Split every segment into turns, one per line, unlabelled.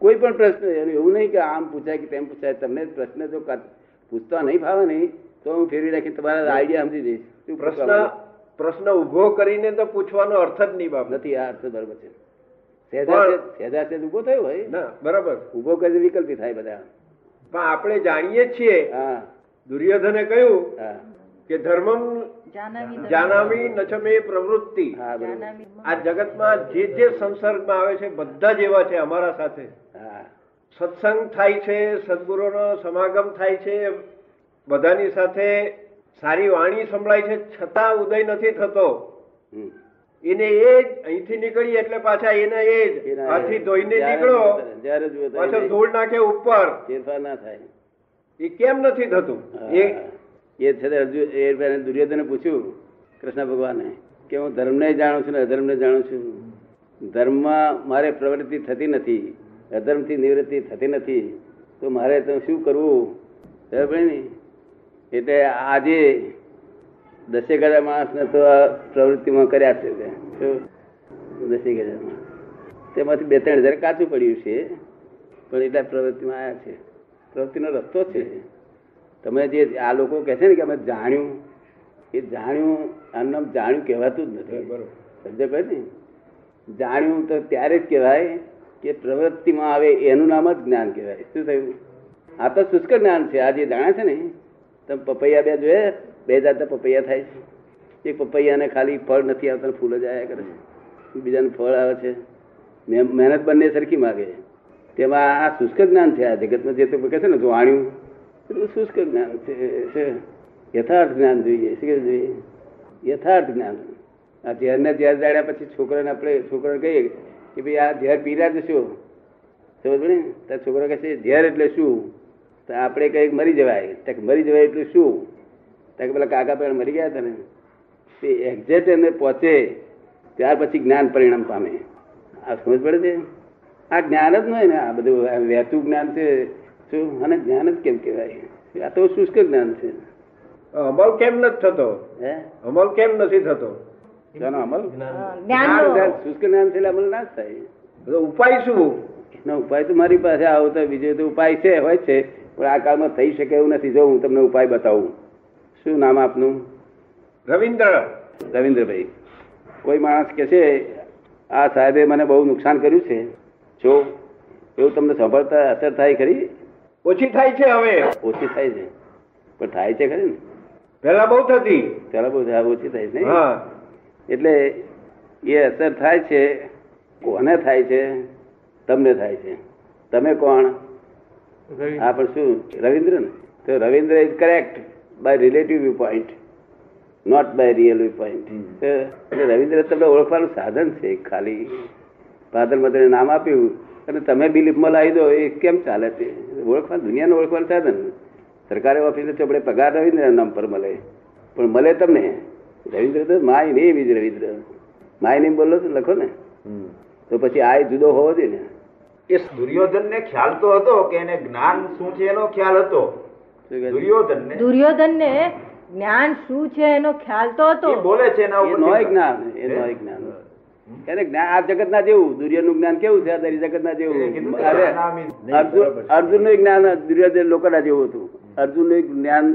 કોઈ પણ પ્રશ્ન એનું એવું નહીં કે આમ પૂછાય કે તેમ પૂછાય તમને પ્રશ્ન જો કા- પૂછતા નહીં ફાવે ને તો હું ફેરવી નાખી તમારા આઈડિયા સમજી જઈશ શું
પ્રશ્ન
પૂછવાનું?
પ્રશ્ન ઉભો કરીને તો પૂછવાનો અર્થ જ નહીં બાબત
નથી આ અર્થ બરોબર છે સહેજા
પણ-
સહેજ- સહેજા સહેજ ઊભો થયો હોય
ના બરાબર
ઊભો કરીને વિકલ્પી થાય બધા
પણ આપણે જાણીએ છીએ
હા
દુર્યોધને કહ્યું
હા
કે ધર્મમ
જાનામી ધર્મ-
જાનામી ન છે મે પ્રવૃત્તિ
હા બરોબર
જાનામી
આ જગતમાં જે જે સંસર્ગમાં આવે છે બધા જ એવા છે અમારા સાથે
હા
સત્સંગ થાય છે સદગુરુનો સમાગમ થાય છે બધાની સાથે સારી વાણી સંભળાય છે છતાં ઉદય નથી થતો
હમ.
એને એ જ અહીંથી નીકળી એટલે પાછા એને એ જ
એના-
હાથી ધોઈને
જ્યારે
નીકળો
જુએ ત્યારે- જ્યારે જુએ ત્યારે
પાછો
એને
ધૂળ નાખે ઉપર
ફેરફાર ના થાય
એ કેમ નથી થતું એ
હા. એ છે તે અર્જુ- એ પહેલા દુર્યોધને પૂછ્યું કૃષ્ણ ભગવાને કે હું ધર્મને જાણું છું ને અધર્મને જાણું છું ધર્મમાં મારે પ્રવૃત્તિ થતી નથી અધર્મથી નિવૃત્તિ થતી નથી તો મારે તો શું કરવું ખબર પડી ને એટલે આજે દસેક હજાર માણસને તો આ પ્રવૃત્તિમાં કર્યા છે તે. શું? દસેક હજારમાં તેમાંથી બે ત્રણ હજાર કાચું પડ્યું છે પણ એટલા પ્રવૃત્તિમાં આવ્યા છે પ્રવૃત્તિનો રસ્તો છે તમે જે આ લોકો કહે છે ને કે અમે જાણ્યું એ જાણ્યું આનું નામ જાણ્યું કહેવાતું જ નથી
બરોબર.
સમજે કહે ને જાણ્યું તો ત્યારે જ કહેવાય કે પ્રવૃત્તિમાં આવે એનું નામ જ જ્ઞાન કહેવાય શું થયું આ તો શુષ્ક જ્ઞાન છે આ જે જાણે છે ને તમે પપૈયા બે જોયે બે જાતના પપૈયા થાય છે એક પપૈયાને ખાલી ફળ નથી આવતા ફૂલ જ આવ્યા કરે છે બીજાને ફળ આવે છે મહેમ- મહેનત બંને સરખી માગે તેમાં આ શુષ્ક જ્ઞાન છે આ જગતમાં જે તો કહે છે ને જાણ્યું એટલું શુષ્ક જ્ઞાન છે છે. યથાર્થ જ્ઞાન જોઈએ શું કહેવું જોઈએ યથાર્થ જ્ઞાન આ ઝેરને ઝેર જાણ્યા પછી છોકરાને આપણે છોકરાને કહીએ કે ભાઈ આ ઝેર પીરા જશો સમજ પડી ને તાર છોકરો કહે છે ઝેર એટલે શું તો આપણે કંઈક મરી જવાય તો કે મરી જવાય એટલે શું તો કે પેલા કાકા પેલા મરી ગયા હતા ને તે એક્ઝેક્ટ એને પહોંચે ત્યાર પછી જ્ઞાન પરિણામ પામે આ સમજ પડે છે આ જ્ઞાન જ નહીં ને આ બધું આ વહેતું જ્ઞાન છે શું અને જ્ઞાન જ કેમ કહેવાય આ તો શુષ્ક જ્ઞાન છે
અમલ કેમ નથી થતો
હે
અમલ કેમ નથી થતો
જાણો અમલ
હા,
આ
જ્ઞાનનો
જ્ઞાન શુષ્ક જ્ઞાન છે એટલે અમલ ના જ થાય
તો ઉપાય શું
એનો ઉપાય તો મારી પાસે આવો તો બીજો તો ઉપાય છે હોય છે પણ આ કાળમાં થઈ શકે એવું નથી જો હું તમને ઉપાય બતાવું શું નામ આપનું
રવિન્દ્ર
રવિન્દ્રભાઈ કોઈ માણસ કહે છે આ સાહેબે મને બહુ નુકસાન કર્યું છે જો એવું તમને સાંભળતા અસર થાય ખરી
ઓછી થાય છે હવે
ઓછી થાય છે પણ થાય છે ખરી ને
પહેલા બહુ થતી
ચાલો બહુ થાય, ઓછી થાય છે નહીં?
હા
એટલે એ અસર થાય છે કોને થાય છે તમને થાય છે તમે કોણ હા પણ શું રવિન્દ્ર ને તો Ravindra is correct by relative view point not by real view point એટલે રવિન્દ્ર તમને ઓળખવાનું સાધન છે ખાલી ફાધર મધરને નામ આપ્યું અને તમે બિલીફમાં લાવી દો એ કેમ ચાલે તે ઓળખવાનું દુનિયાને ઓળખવાનું સાધન સરકારી ઓફિસે ચોપડે પગાર રવિન્દ્ર નામ પર મળે પણ મળે તમને રવિન્દ્ર તો my name is Ravindra my name બોલો તો લખો ને તો પછી આ જુદો હોવો જોઈએ ને
એ દુર્યોધનને ખ્યાલ તો હતો કે એને જ્ઞાન શું છે એનો ખ્યાલ હતો
શું કહે છે?
દુર્યોધનને
દુર્યોધનને જ્ઞાન શું છે એનો ખ્યાલ તો હતો
એ બોલે છે એના ઉપર
એ નોય
ટીકા.
જ્ઞાન એ નોય જ્ઞાન એને જ્ઞાન આ જગતના જેવું દુર્યોધનનું જ્ઞાન કેવું છે આ દરી જગતના
એ કીધું
જેવું
કે
અરે,
જાનામી.
અર્જુન અર્જુનનું જ્ઞાન દુર્યોધન લોકોના જેવું હતું અર્જુનનું જ્ઞાન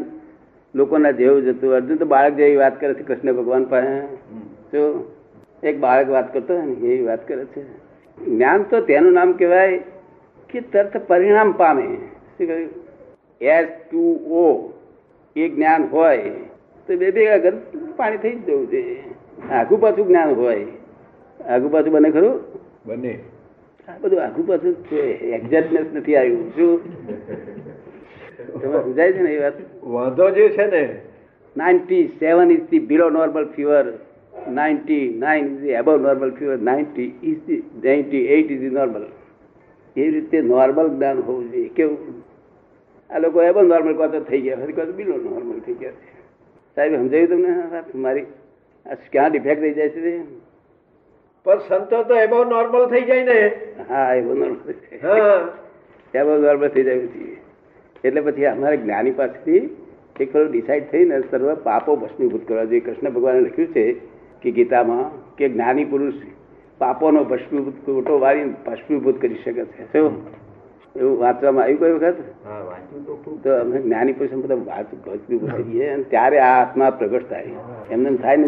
લોકોના જેવું જ હતું અર્જુન તો બાળક જેવી વાત કરે છે કૃષ્ણ ભગવાન પાસે તો એક બાળક વાત કરતો હોય ને એવી વાત કરે છે જ્ઞાન તો તેનું નામ કહેવાય કે તરત પરિણામ પામે શું કહ્યું એસ ટુ ઓ એ જ્ઞાન હોય તો બે ભેગા કર પાણી થઈ જ જવું જોઈએ આખું પાછું જ્ઞાન હોય આખું પાછું બને ખરું
બને
આ બધું આખું પાછું જ છે એક્ઝેક્ટનેસ નથી આવ્યું શું તમે સમજાય છે ને એ વાત
વાંધો જે છે ને
ninety seven is the below normal fever ninety nine is the above normal fever ninety is the ninety eight is normal એવી રીતે નોર્મલ જ્ઞાન હોવું જોઈએ કેવું આ લોકો એબવ નોર્મલ કહો થઈ ગયા હજી કહો બિલો નોર્મલ થઈ ગયા છે સાહેબ સમજાયું તમને આ વાત મારી આ ક્યાં ડિફેક્ટ થઈ જાય છે તે?
પણ સંતો તો એબો નોર્મલ થઈ જાય ને
હા એવો નોર્મલ
હા
ત્યાં બધું ગરબડ થઈ જવું જોઈએ એટલે પછી અમારે જ્ઞાની પાસેથી એક વાર ડિસાઈડ થઈને સર્વ પાપો ભસ્મીભૂત કરવા જોઈએ કૃષ્ણ ભગવાને લખ્યું છે કે ગીતામાં કે જ્ઞાની પુરુષ પાપોનો ભસ્મીભૂત કોટો વાળીને ભસ્મીભૂત કરી શકે છે શું? એવું વાંચવામાં આવ્યું કોઈ વખત
啊
હા વાંચ્યું તો ખૂબ
તો અમને જ્ઞાની પુરુષ બધા વાત ભસ્મીભૂત કરીએ અને ત્યારે આ આત્મા પ્રગટ થાય એમને એમ થાય ને